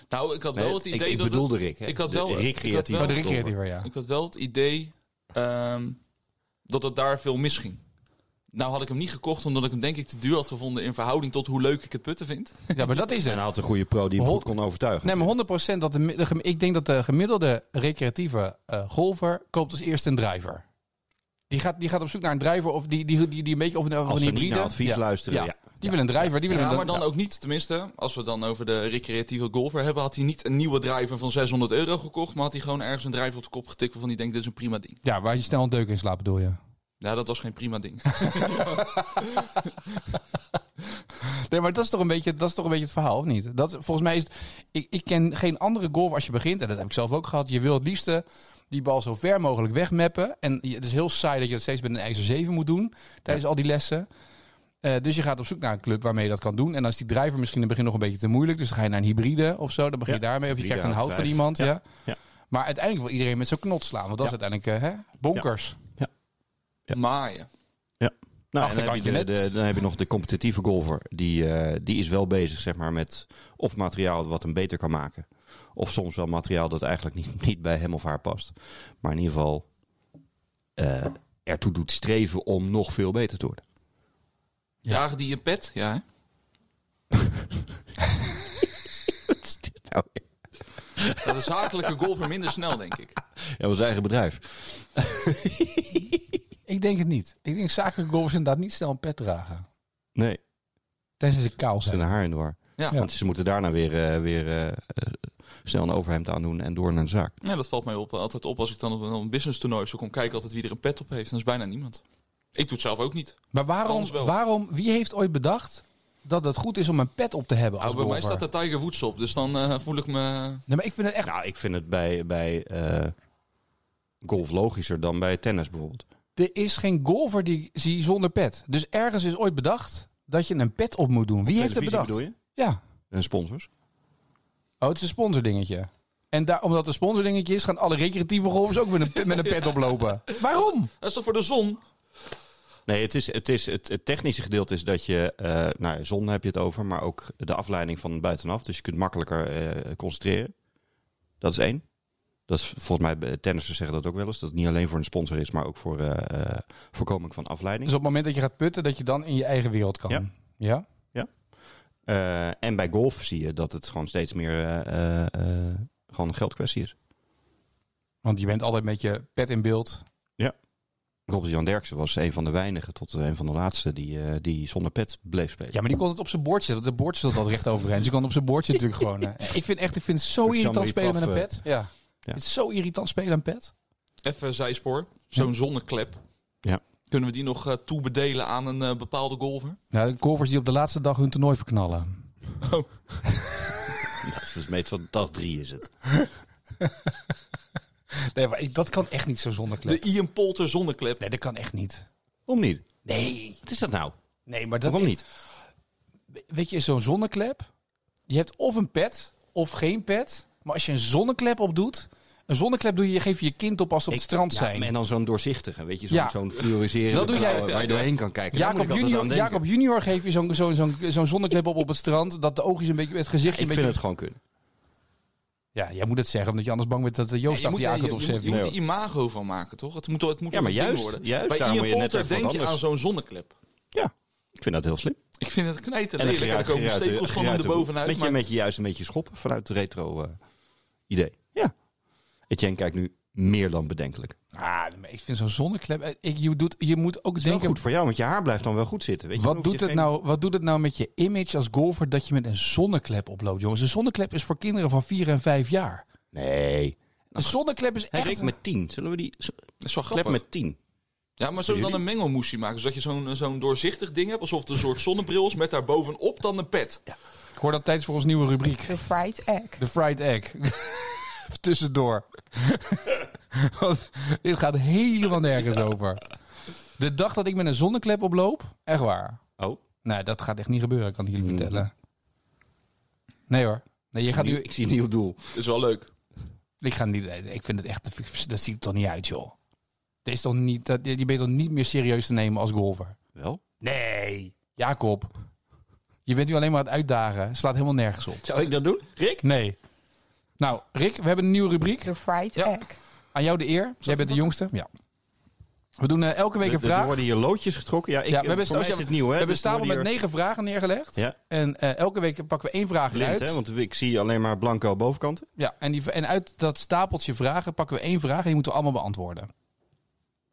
Nou, ik had wel Nee, het ik- idee ik dat... het- bedoelde Rick, hè? ik had De wel- recreatieve ik had wel- Oh, de golfer. recreatiever, ja. Ik had wel het idee ehm, dat het daar veel misging. Nou had ik hem niet gekocht omdat ik hem denk ik te duur had gevonden in verhouding tot hoe leuk ik het putten vind. Ja, maar dat is En het. hij had een goede pro die hem Hol- goed kon overtuigen. Nee, maar 100% dat de, mi- de gem- ik denk dat de gemiddelde recreatieve eh, golfer koopt als eerste een driver. Die gaat, die gaat op zoek naar een driver of die, die, die, die een beetje of een, of Als een ze niet hybride. naar advies Ja. luisteren, ja. Die wil een driver, die wil Ja, een maar dan ook niet. Tenminste, als we dan over de recreatieve golfer hebben, had hij niet een nieuwe driver van 600 euro gekocht, maar had hij gewoon ergens een driver op de kop getikt van die denkt dit is een prima ding. Ja, waar je snel een deuk in slaat, bedoel je? Nou, dat was geen prima ding. Nee, maar dat is toch een beetje, dat is toch een beetje het verhaal, of niet? Dat, volgens mij is het, ik, ik ken geen andere golf als je begint, en dat heb ik zelf ook gehad. Je wil het liefste die bal zo ver mogelijk wegmappen. En je- het is heel saai dat je dat steeds met een ijzer 7 moet doen tijdens al die lessen. Eh, dus je gaat op zoek naar een club waarmee je dat kan doen. En dan is die driver misschien in het begin nog een beetje te moeilijk. Dus dan ga je naar een hybride of zo. Dan begin je Ja. daarmee. Of je Hybride krijgt een hout van drive. iemand. Ja. Ja. Ja. Maar uiteindelijk wil iedereen met zo'n knot slaan. Want dat is uiteindelijk eh, hè? bonkers. Ja. Maaien. Nou, en dan heb, Achterkantje je de, net. de- dan heb je nog de competitieve golfer. Die, eh, die is wel bezig zeg maar, met of materiaal wat hem beter kan maken. Of soms wel materiaal dat eigenlijk niet, niet bij hem of haar past. Maar in ieder geval eh, ertoe doet streven om nog veel beter te worden. Ja. Dragen die je pet? Ja, hè? Wat is dit nou weer? Dat is zakelijke golfer minder snel, denk ik. Ja, ons eigen bedrijf. Ik denk het niet. Ik denk zakelijke golfers inderdaad niet snel een pet dragen. Nee, Tenzij ze kaal zijn zijn. haar in de war. Ja. Ja. Want ze moeten daarna weer, eh, weer eh, eh, snel een overhemd aandoen en door naar de zaak. Ja, dat valt mij op, eh, altijd op als ik dan op een business toernooi of zo kom kijken altijd wie er een pet op heeft. Dan is bijna niemand. Ik doe het zelf ook niet. Maar waarom, Anders wel. waarom, wie heeft ooit bedacht dat het goed is om een pet op te hebben als Nou, bij mij golfer? staat de Tiger Woods op, dus dan eh, voel ik me... Nee, maar ik vind het echt... Nou, ik vind het bij, bij eh, golf logischer dan bij tennis bijvoorbeeld. Er is geen golfer die ik zie zonder pet. Dus ergens is ooit bedacht dat je een pet op moet doen. Wie heeft het Televisie bedoel bedacht? je? Ja. En Eh, sponsors. Oh, het is een sponsordingetje. En daar, omdat het een sponsordingetje is, gaan alle recreatieve golfers ook met een, pe- met een pet oplopen. Waarom? Dat is toch voor de zon? Nee, het, is, het, is, het, het technische gedeelte is dat je, eh nou, zon heb je het over, maar ook de afleiding van buitenaf. Dus je kunt makkelijker eh, concentreren. Dat is één. Dat is volgens mij, bij tennissers zeggen dat ook wel eens. Dat het niet alleen voor een sponsor is, maar ook voor eh, eh, voorkoming van afleiding. Dus op het moment dat je gaat putten, dat je dan in je eigen wereld kan. Ja. Ja? Eh, en bij golf zie je dat het gewoon steeds meer eh, eh, eh, gewoon een geldkwestie is. Want je bent altijd met je pet in beeld. Robert Jan Derksen was een van de weinigen tot een van de laatste die, eh, die zonder pet bleef spelen. Ja, maar die kon het op zijn bordje. Want de bordje zat altijd recht overheen. Dus je kon het op zijn bordje natuurlijk gewoon. eh. Ik vind echt, ik vind het zo Moet irritant Jean-Marie spelen met een Paf, pet. Ja. Het is zo irritant spelen een pet. Even zijspoor. Zo'n zonneklep. Ja. Kunnen we die nog eh, toebedelen aan een eh, bepaalde golfer? Nou, de golfers die op de laatste dag hun toernooi verknallen. Dat is meestal dag drie is het. Nee, maar ik- dat kan echt niet zo zonder klep. De Ian Polter zonneklep. Nee, dat kan echt niet. Om niet. Nee. Wat is dat nou? Nee, maar dat... Waarom niet? Weet je, zo'n zonneklep. Je hebt of een pet, of geen pet. Maar als je een zonneklep op doet... Een zonneklep doe je, je geeft je kind op als ze op het strand Ja, zijn. En dan zo'n doorzichtige, weet je, zo'n Ja. zo'n fluoriserende Dat doe jij- blauwe waar je doorheen kan kijken. Daar moet Jacob ik altijd aan junior, denken. Jacob junior geeft je zo'n zo'n zo'n zo'n zonneklep op op het strand. Dat de oogjes een beetje, het gezichtje Ik vind een beetje... het gewoon kunnen. Ja, jij moet het zeggen, omdat je anders bang bent dat de Nee, Joost achter je aan je, komt je moet- je opzetten. moet er imago van maken, toch? Het moet, het moet Ja, een maar ding juist- worden. juist, Bij daarom Ian moet je net Poulter even wat denk je anders. aan zo'n zonneklep. Ik vind dat heel slim. Ik vind het knijten dan lelijk. En er geruit- komen geruit- stekels van hem geruit- erbovenuit. Met je, Maar met je juist een beetje schoppen vanuit het retro eh, idee. Ja. Etienne kijkt nu meer dan bedenkelijk. Ah, maar ik vind zo'n zonneklep... eh, Ik, je, doet, je moet ook Het is wel denken... goed voor jou, want je haar blijft dan wel goed zitten. Weet je? Dan Wat hoef je doet, het geen- nou, wat doet het nou met je image als golfer dat je met een zonneklep oploopt, jongens? Een zonneklep is voor kinderen van 4 en 5 jaar. Nee. Een zonneklep is Hij echt... Rick met 10. Zullen we die dat is wel klep grappig. met 10? Ja, maar zullen we dan een mengelmoesie maken? Zodat je zo'n eh, zo'n doorzichtig ding hebt, alsof het een soort zonnebril is, met daarbovenop dan een pet. Ik hoor dat tijdens voor ons nieuwe rubriek. De fried egg. De fried egg. Tussendoor. Want dit gaat helemaal nergens over. De dag dat ik met een zonneklep oploop, echt waar. Oh. Nee, dat gaat echt niet gebeuren, kan ik jullie vertellen. Nee hoor. Nee, je gaat nu... Mm. Ik zie een nieuw doel. Dat is wel leuk. Ik ga niet. Ik vind het echt. Dat ziet er toch niet uit, joh. Dat is toch niet. Dat, je bent toch niet meer serieus te nemen als golfer. Wel? Nee. Jacob. Je bent nu alleen maar aan het uitdagen. Slaat helemaal nergens op. Zou ik dat doen? Rick? Nee. Nou, Rick, we hebben een nieuwe rubriek. De fried Ja. egg. Aan jou de eer. Jij bent de jongste. Ja. We doen eh, elke week een Er- Er vraag. worden hier loodjes getrokken. Ja, ik, ja, we hebben, voor mij is ja, het nieuw. Hè? we hebben Dus een er stapel met worden hier negen vragen neergelegd. Ja. En eh, elke week pakken we één vraag blind, uit. hè? Want ik zie alleen maar blanco bovenkanten. Ja, en, die, en uit dat stapeltje vragen pakken we één vraag en die moeten we allemaal beantwoorden.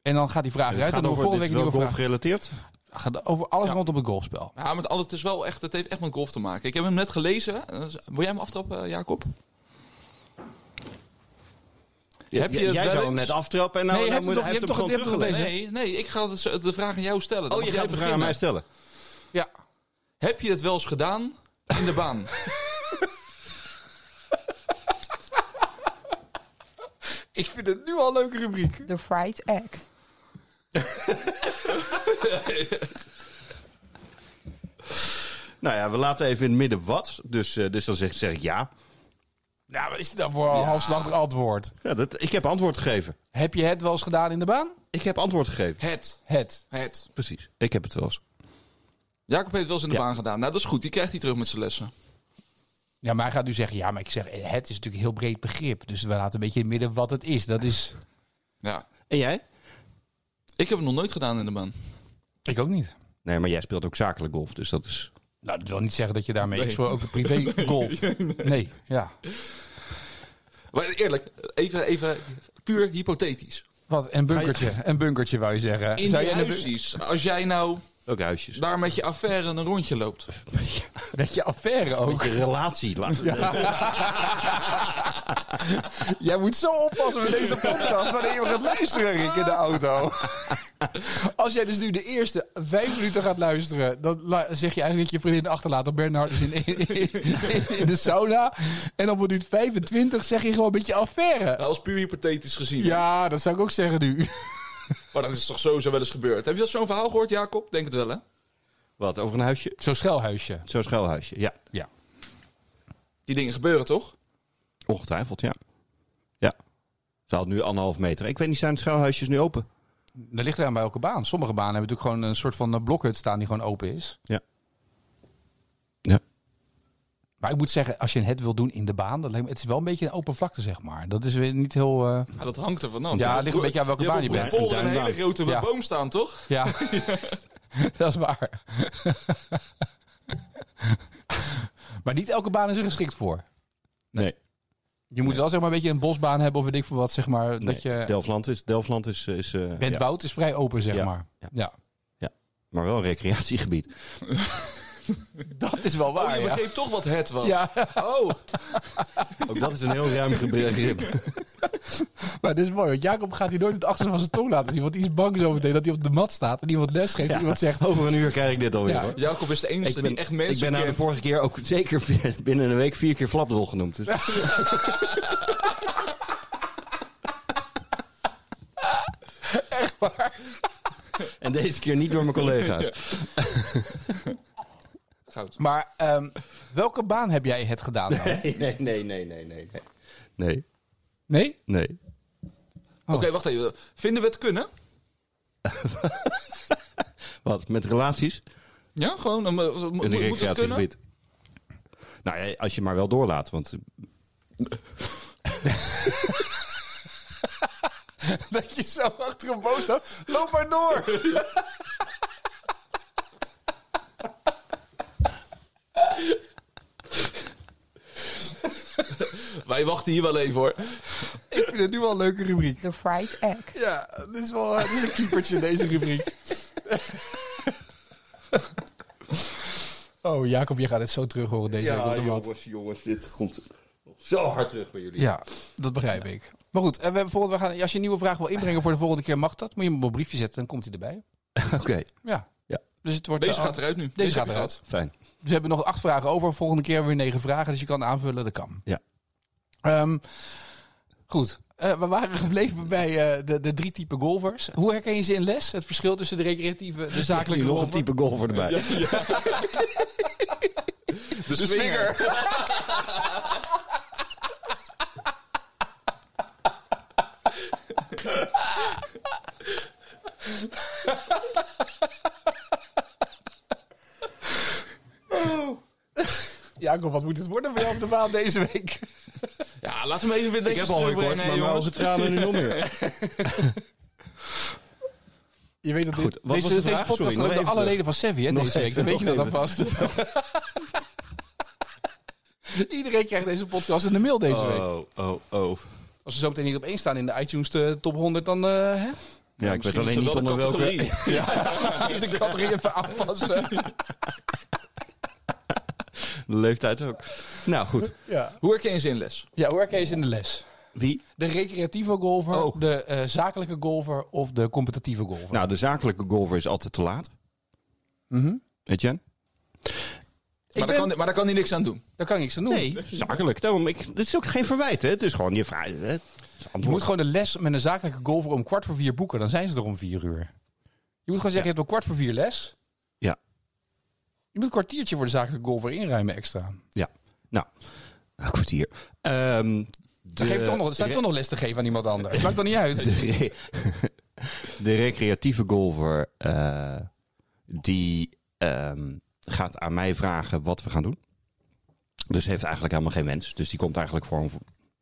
En dan gaat die vraag Het eruit en gaat dan over, volgende dit week is een wel nieuwe golf vraag. gerelateerd. Gaat over alles rondom het golfspel. Ja, maar het, het, is wel echt, het heeft echt met golf te maken. Ik heb hem net gelezen. Eh, Wil jij hem aftrappen, Jacob? Heb je Jij- het jij wel zou hem eens? net aftrappen en nou, Nee, je nou hebt moet, hem hij toch- heeft hem je gewoon hebt hem toch- je hebt hem toch teruggelegd. Nee, nee, ik ga het- de vraag aan jou stellen. Dan Oh, je mag jij gaat de vraag aan mij beginnen. stellen. Ja. Heb je het wel eens gedaan in de baan? Ik vind het nu al een leuke rubriek. De fried egg. Nou ja, we laten even in het midden wat. Dus, eh, dus dan zeg, zeg ik ja. Nou, wat is het dan voor een halfslachtig antwoord? ja dat, ik heb antwoord gegeven. Heb je het wel eens gedaan in de baan? Ik heb antwoord gegeven. Het. Het. Het. Precies. Ik heb het wel eens. Jacob heeft het wel eens in de Ja. baan gedaan. Nou, dat is goed. Die krijgt hij terug met zijn lessen. Ja, maar hij gaat nu zeggen, ja, maar ik zeg, het is natuurlijk een heel breed begrip. Dus we laten een beetje in het midden wat het is. Dat is... Ja. En jij? Ik heb het nog nooit gedaan in de baan. Ik ook niet. Nee, maar jij speelt ook zakelijk golf. Dus dat is... Nou, dat wil niet zeggen dat je daarmee... Nee. Ik speel ook een privé golf. Nee, ja. Maar eerlijk, even, even puur hypothetisch. Wat, een bunkertje. Een bunkertje, wou je zeggen. In Zou die je een bun- huisjes, als jij nou Ook huisjes. daar met je affaire een rondje loopt. Met je affaire ook. Een relatie. Laten we Jij moet zo oppassen met deze podcast wanneer je gaat luisteren, Rick, in de auto. Als jij dus nu de eerste vijf minuten gaat luisteren, dan la- zeg je eigenlijk dat je vriendin achterlaat op Bernhard is in, in, in- in de sauna. En op minuut 25 zeg je gewoon een beetje affaire. Nou, als puur hypothetisch gezien. Ja, dat zou ik ook zeggen nu. Maar dat is toch sowieso wel eens gebeurd. Heb je dat zo'n verhaal gehoord, Jacob? Denk het wel, hè? Wat, over een huisje? Zo'n schelhuisje. Zo'n schuilhuisje. Ja, Ja. Die dingen gebeuren toch? ongetwijfeld, ja. Ja. Ze had nu anderhalf meter. Ik weet niet, zijn schuilhuisjes nu open? Dat ligt eraan bij elke baan. Sommige banen hebben natuurlijk gewoon een soort van eh, blokhut staan die gewoon open is. Ja. Maar ik moet zeggen, als je een het wil doen in de baan, dat lijkt me, het is wel een beetje een open vlakte, zeg maar. Dat is weer niet heel... eh, Ja, dat hangt er vanaf. Ja, ligt een beetje aan welke baan je bent. Voor een Een hele duinbaan. grote Ja. boom staan, toch? Ja, dat is waar. maar niet elke baan is er geschikt voor. Nee. Je moet wel zeg maar een beetje een bosbaan hebben of weet ik veel wat, zeg maar. dat je Delftland is... Delftland is, is eh, bent ja. woud is vrij open, zeg Ja, maar. Ja. ja. Maar wel een recreatiegebied. dat is wel Oh, waar. je ja. begreep toch wat het was. Ja, Oh, Ook dat is een heel ruim begrip. maar dit is mooi. Want Jacob gaat hier nooit het achterste van zijn tong laten zien. Want die is bang zo meteen dat hij op de mat staat en iemand les geeft. En iemand zegt, Over een uur krijg ik dit alweer, Ja. hoor. Jacob is de enige die echt mensen ik ben nou de kent. vorige keer ook zeker vier- binnen een week vier keer flapdrol genoemd. Dus. echt waar. En deze keer niet door mijn collega's. Goud. Maar ehm, welke baan heb jij het gedaan? dan? Nee, nee, nee, nee, nee, nee. nee. Nee, Nee? nee. Oké, wacht even. Vinden we het kunnen? Wat, met relaties? Ja, gewoon. eh, mo- mo- in een moet het kunnen? recreatiegebied. Nou ja, als je maar wel doorlaat, want... Dat je zo achter een boom staat. Loop maar door. Wij wachten hier wel even hoor. Ik vind het nu wel een leuke rubriek. The fried egg. Ja, dit is wel dit is een keepertje deze rubriek. Oh, Jacob, je gaat het zo terug horen deze week op de mat. jongens, dit komt zo hard terug bij jullie. Ja, dat begrijp ik. Maar goed, eh, we hebben bijvoorbeeld, we gaan, als je een nieuwe vraag wil inbrengen voor de volgende keer, mag dat. Moet je hem op een briefje zetten, dan komt hij erbij. Oké, Ja. Ja. Dus het wordt Deze eh, gaat eruit nu. Deze, gaat heb je eruit. gehad. fijn. Dus we hebben nog acht vragen over. Volgende keer weer negen vragen. Dus je kan aanvullen, dat kan. Ja. Ehm, goed. Eh, we waren gebleven bij eh, de, de drie type golfers. Hoe herken je ze in les? Het verschil tussen de recreatieve, de zakelijke Nu nog een golfer? type golfer erbij. De, swinger. Jacob, wat moet het worden voor jou op de baan deze week? Ja, laat hem even weer Ik heb al gekort, maar mijn ogen tranen nu nog meer. Je weet dat Goed, wat deze, was de deze vraag? podcast Sorry, had nog ook de even alle terug. leden van Sevi hè, Nog deze week. even, Dan weet je dat nog alvast. Iedereen krijgt deze podcast in de mail deze week. Oh, oh, oh. Als ze zo meteen niet op één staan in de iTunes eh, top 100, dan... eh, hè? Ja, ik weet alleen niet onder welke... de categorie even aanpassen. Leeftijd ook. Nou, goed. Ja. Hoe herken je ze in les? ja, hoe herken je ze in de les? Wie? De recreatieve golfer, Oh. de eh, zakelijke golfer of de competitieve golfer? Nou, de zakelijke golfer is altijd te laat. Mhm. Etienne? Maar, ben- daar kan, maar daar kan hij niks aan doen. Daar kan ik niks aan doen. zakelijk. Daarom, ik, dit is ook geen verwijt, hè. Het is gewoon je vraag. hè. Het is Je moet antwoord. gewoon de les met een zakelijke golfer om kwart voor vier boeken. Dan zijn ze er om vier uur. Je moet gewoon zeggen, je hebt om kwart voor vier les. Ja. Je moet een kwartiertje voor de zakelijke goal weer inruimen extra. Nou, Een kwartier. Ehm Dan geef toch nog, dan sta je toch nog les te geven aan iemand anders. Maakt dan niet uit. de, re- de recreatieve golfer eh, die ehm, gaat aan mij vragen wat we gaan doen. Dus heeft eigenlijk helemaal geen wens. Dus die komt eigenlijk voor een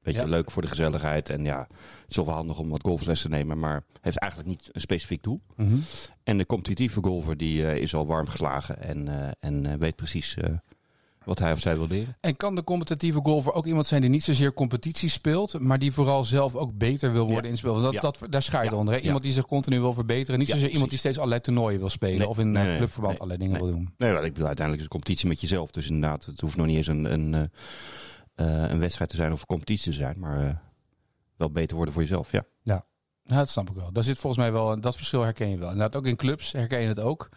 beetje Ja. leuk voor de gezelligheid. En ja, het is wel handig om wat golfles te nemen, maar heeft eigenlijk niet een specifiek doel. Mhm. En de competitieve golfer die eh, is al warm geslagen en, eh, en eh, weet precies eh, wat hij of zij wil leren. En kan de competitieve golfer ook iemand zijn die niet zozeer competitie speelt, maar die vooral zelf ook beter wil worden Ja. in het spel? Want dat, Ja. dat, daar schaar je Ja. onder. Hè? Ja. Iemand die zich continu wil verbeteren. Niet Ja, zozeer iemand precies. die steeds allerlei toernooien wil spelen Nee, of in eh, nee, nee, clubverband nee, allerlei dingen nee. wil doen. Nee, wel, ik bedoel, uiteindelijk is het een competitie met jezelf. Dus inderdaad, het hoeft nog niet eens een, een, eh, eh, een wedstrijd te zijn of een competitie te zijn. Maar eh, wel beter worden voor jezelf, ja. Nou, dat snap ik wel. Daar zit volgens mij wel, dat verschil herken je wel. Inderdaad, ook in clubs herken je het ook.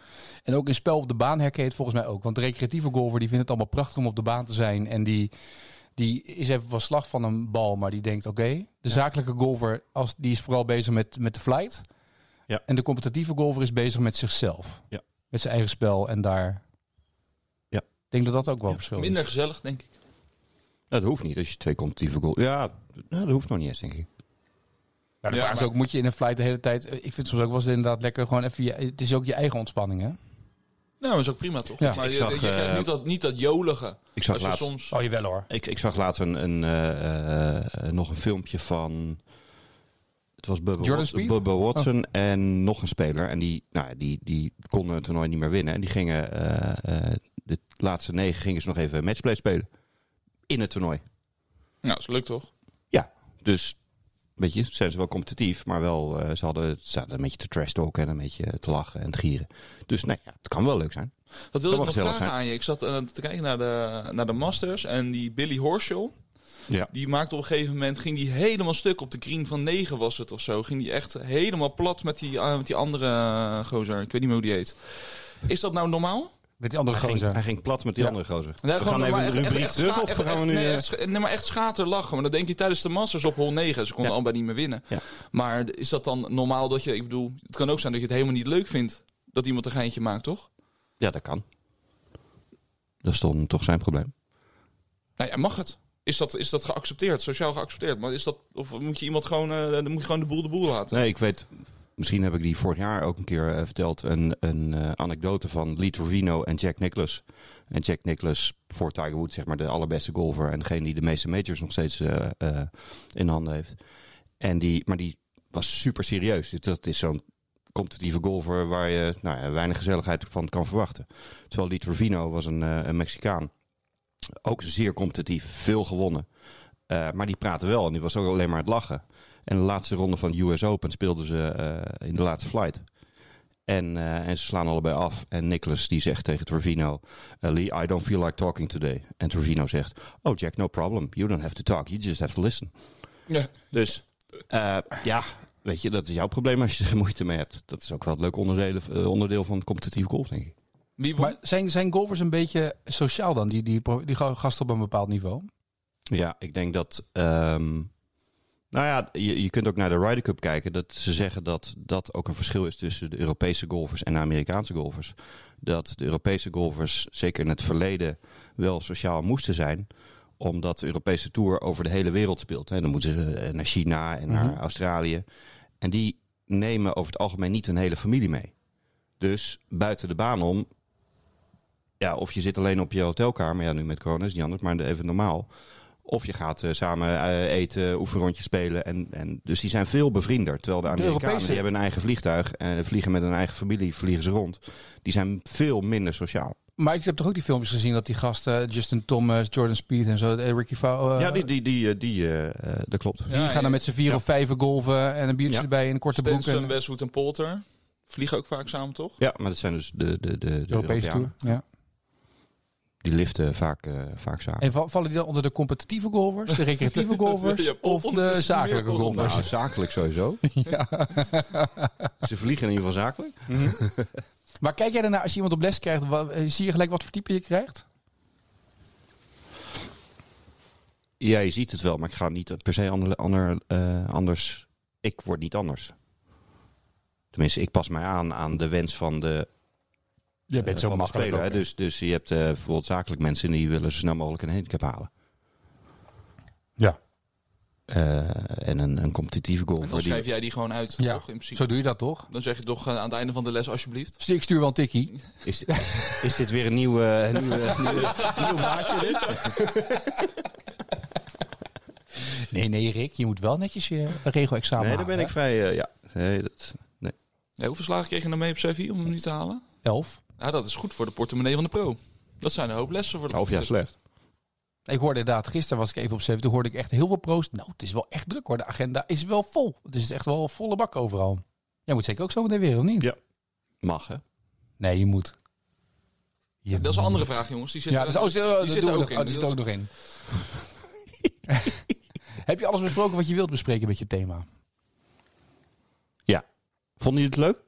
En ook in spel op de baan herken je het volgens mij ook. Want de recreatieve golfer die vindt het allemaal prachtig om op de baan te zijn. En die, die is even van slag van een bal, maar die denkt oké. de zakelijke golfer als, die is vooral bezig met, met de flight. Ja. En de competitieve golfer is bezig met zichzelf. Ja. Met zijn eigen spel en daar... Ja. Ik denk dat dat ook wel verschil is. Minder gezellig, denk ik. Nou, dat hoeft niet als je twee competitieve goals... Ja, nou, dat hoeft nog niet eens, denk ik. Nou, de Ja, vraag is maar- ook, moet je in een flight de hele tijd... Ik vind het soms ook wel eens inderdaad lekker gewoon even... je- het is ook je eigen ontspanning, hè? Nou, dat is ook prima, toch? Ja. Maar Ik je, zag, je krijgt eh, niet dat, niet dat jolige. Ik Als zag je laatst, Ah. soms... Oh, jawel hoor. ik, ik zag laatst een, een, eh, eh, nog een filmpje van... Het was Bubba, Jordan Wat- Spieth? Bubba Watson en nog een speler. En die, nou, ja, die, die konden het toernooi niet meer winnen. En die gingen eh, eh, de laatste negen gingen ze nog even matchplay spelen. In het toernooi. Nou, dat is leuk, toch? Dus, weet je, zijn ze wel competitief, maar wel, eh, ze hadden, ze hadden een beetje te trash talken en een beetje te lachen en te gieren. Dus nou ja, het kan wel leuk zijn. Dat wilde mag ik nog gezellig vragen zijn. aan je. Ik zat eh, te kijken naar de, naar de Masters en die Billy Horschel. Ja. Die maakte op een gegeven moment, ging die helemaal stuk op de green van 9 was het of zo. Ging die echt helemaal plat met die, eh, met die andere eh, gozer. Ik weet niet meer hoe die heet. Is dat nou normaal? Met die andere Hij ging, gozer. hij ging plat met die Ja. andere gozer. Nee, we gewoon gaan maar even de echt- rubriek echt- echt terug scha- of echt- gaan we echt- nu... Nee, eh, echt scha- nee, maar echt schater lachen. Maar dat denk je tijdens de Masters op hol 9. Ze konden Ja. allebei niet meer winnen. Ja. Maar is dat dan normaal dat je... Ik bedoel, het kan ook zijn dat je het helemaal niet leuk vindt... dat iemand een geintje maakt, toch? Ja, dat kan. Dat is dan toch zijn probleem. Nou ja, mag het? Is dat, is dat geaccepteerd, sociaal geaccepteerd? Maar is dat, of moet je iemand gewoon, eh, dan moet je gewoon de boel de boel laten? Nee, ik weet, misschien heb ik die vorig jaar ook een keer eh, verteld, een, een eh, anekdote van Lee Trevino en Jack Nicklaus. En Jack Nicklaus voor Tiger Woods, zeg maar de allerbeste golfer en degene die de meeste majors nog steeds eh, eh, in handen heeft. En die, maar die was super serieus. Dus Dat is zo'n competitieve golfer waar je nou ja, weinig gezelligheid van kan verwachten. Terwijl Lee Trevino was een, eh, een Mexicaan. Ook zeer competitief, veel gewonnen. Eh, maar die praatte wel en die was ook alleen maar aan het lachen. En de laatste ronde van de US Open speelden ze eh, in de laatste flight. En, eh, en ze slaan allebei af. En Nicholas die zegt tegen Trevino... eh, Lee, I don't feel like talking today. En Trevino zegt... Oh Jack, no problem. You don't have to talk. You just have to listen. Ja. Dus eh, ja, weet je, dat is jouw probleem als je er moeite mee hebt. Dat is ook wel het leuke onderdeel, eh, onderdeel van competitief golf, denk ik. Wie won? Maar zijn, zijn golfers een beetje sociaal dan, die, die, pro- die ga- gasten op een bepaald niveau? Ja, ik denk dat... ehm, nou ja, je, je kunt ook naar de Ryder Cup kijken. Dat ze zeggen dat dat ook een verschil is tussen de Europese golfers en de Amerikaanse golfers. Dat de Europese golfers, zeker in het verleden, wel sociaal moesten zijn omdat de Europese Tour over de hele wereld speelt. En dan moeten ze eh, naar China en naar Mhm. Australië. En die nemen over het algemeen niet hun hele familie mee. Dus buiten de baan om, ja, of je zit alleen op je hotelkamer. Ja, nu met corona is het niet anders, maar even normaal. Of je gaat eh, samen eh, eten, oefenrondje spelen. En, en, dus die zijn veel bevriender. Terwijl de Amerikanen, Europese- die hebben een eigen vliegtuig. En vliegen met hun eigen familie, vliegen ze rond. Die zijn veel minder sociaal. Maar ik heb toch ook die filmpjes gezien dat die gasten, Justin Thomas, Jordan Speed en zo, eh, Ricky Fowler, ja, die, die, die, eh, die eh, eh, dat klopt. die gaan dan met z'n vier of vijf golven en een biertje Ja. erbij in een korte broek. Stenson, En, Westwood en Polter vliegen ook vaak samen, toch? Ja, maar dat zijn dus de, de, de, de Europese Europeanen. Tour. Ja. Die liften vaak, eh, vaak samen. En val- vallen die dan onder de competitieve golfers, de recreatieve golfers Ja, of de ondertussen zakelijke meer golfers. golfers? Nou, zakelijk sowieso. Ze vliegen in ieder geval zakelijk. Maar kijk jij ernaar als je iemand op les krijgt, wa- eh, zie je gelijk wat voor type je krijgt? Ja, je ziet het wel, maar ik ga niet per se ander, ander, eh, anders. Ik word niet anders. Tenminste, ik pas mij aan aan de wens van de Je bent eh, zo van de makkelijk speler, ook, hè. Dus, dus je hebt eh, bijvoorbeeld zakelijk mensen die willen zo snel mogelijk een handicap halen. Ja. Eh, en een, een competitieve goal. En dan voor die- schrijf jij die gewoon uit, Ja. toch? In principe. Zo doe je dat toch? Dan zeg je toch eh, aan het einde van de les, alsjeblieft. Dus Ik stuur wel een tikkie. Is, is dit weer een nieuw, eh, een nieuw, eh, nieuw, nieuw maatje? Dit? Nee, nee, Rick. Je moet wel netjes je regelexamen Nee, daar ben ik vrij. eh, ja. Nee, dat, nee. Ja, hoeveel slagen kreeg je nou mee op Sevi om hem nu te halen? Elf. Ja, Nou, dat is goed voor de portemonnee van de pro. Dat zijn een hoop lessen voor de Half jaar slecht. Ik hoorde inderdaad, gisteren was ik even op 7, toen hoorde ik echt heel veel proost. Nou, het is wel echt druk hoor, de agenda is wel vol. Het is echt wel volle bak overal. Jij moet zeker ook zo meteen weer, of niet? Ja. Mag, hè? Nee, je moet. Je Dat is een moet. andere vraag, jongens. Die zit, Ja, dus, oh, zo- dat zit doen er we ook nog- oh, die in. zit er ook nog in. Heb je alles besproken wat je wilt bespreken met je thema? Vonden jullie het leuk?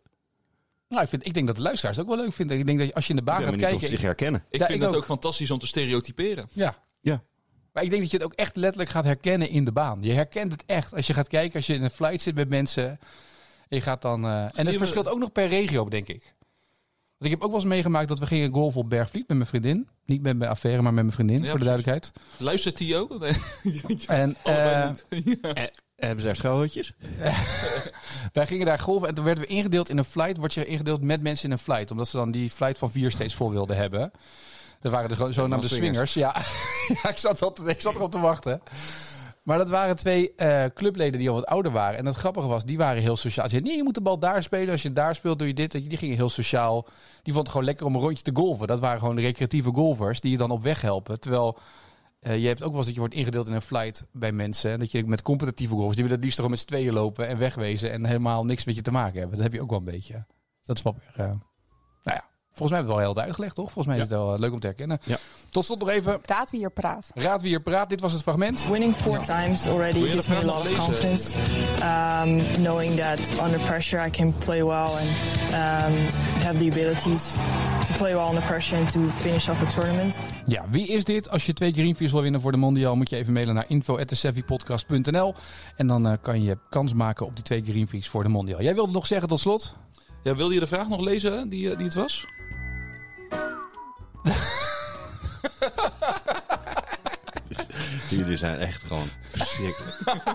Nou, ik, vind, ik denk dat de luisteraars het ook wel leuk vinden. Ik denk dat je- als je in de baan ik ben gaat benieuwd of ze kijken... zich herkennen. ik Ja, vind ik het ook. ook fantastisch om te stereotyperen. Ja. Ja. Maar ik denk dat je het ook echt letterlijk gaat herkennen in de baan. Je herkent het echt. Als je gaat kijken, als je in een flight zit met mensen. En je gaat dan. eh, en het Even- verschilt ook nog per regio, denk ik. Want ik heb ook wel eens meegemaakt dat we gingen golven op Bergvliet met mijn vriendin. Niet met mijn affaire, maar met mijn vriendin, voor de precies. duidelijkheid. Luistert hij ook? Nee, En allebei eh, niet. Ja. Eh, Hebben ze daar schuilhutjes? wij gingen daar golven en toen werden we ingedeeld in een flight. Word je ingedeeld met mensen in een flight. Omdat ze dan die flight van vier steeds vol wilden hebben. Dat waren de gro- zogenaamde swingers. swingers. Ja, ja ik, zat altijd, ik zat erop te wachten. Maar dat waren twee eh, clubleden die al wat ouder waren. En het grappige was, die waren heel sociaal. Ze zeiden, nee, je moet de bal daar spelen. Als je daar speelt, doe je dit. Die gingen heel sociaal. Die vonden het gewoon lekker om een rondje te golven. Dat waren gewoon recreatieve golfers die je dan op weg helpen. Terwijl eh, je hebt ook wel eens dat je wordt ingedeeld in een flight bij mensen. En dat je met competitieve golfers, die willen het liefst gewoon met z'n tweeën lopen en wegwezen. En helemaal niks met je te maken hebben. Dat heb je ook wel een beetje. Dus Dat is wel weer... eh, nou ja, volgens mij hebben we het wel heel duidelijk gelegd, toch? Volgens mij is het wel eh, leuk om te herkennen. Ja. Tot slot nog even, Raad wie hier praat. raad wie hier praat. Dit was het fragment. Winning four times already Wil je gives dat me a verhaal lot of nog lezen? confidence. Um, knowing that under pressure I can play well and um, have the abilities to play well under pressure and to finish off a tournament. Ja, wie is dit? Als je twee Greenfields wil winnen voor de Mondial, moet je even mailen naar info.sevipodcast.nl. En dan eh, kan je kans maken op die twee Greenfields voor de Mondial. Jij wilde nog zeggen tot slot? Ja, wilde je de vraag nog lezen hè, die, eh, die het was? Jullie zijn echt gewoon verschrikkelijk.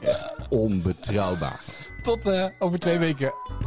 Echt onbetrouwbaar. Tot eh, over twee weken.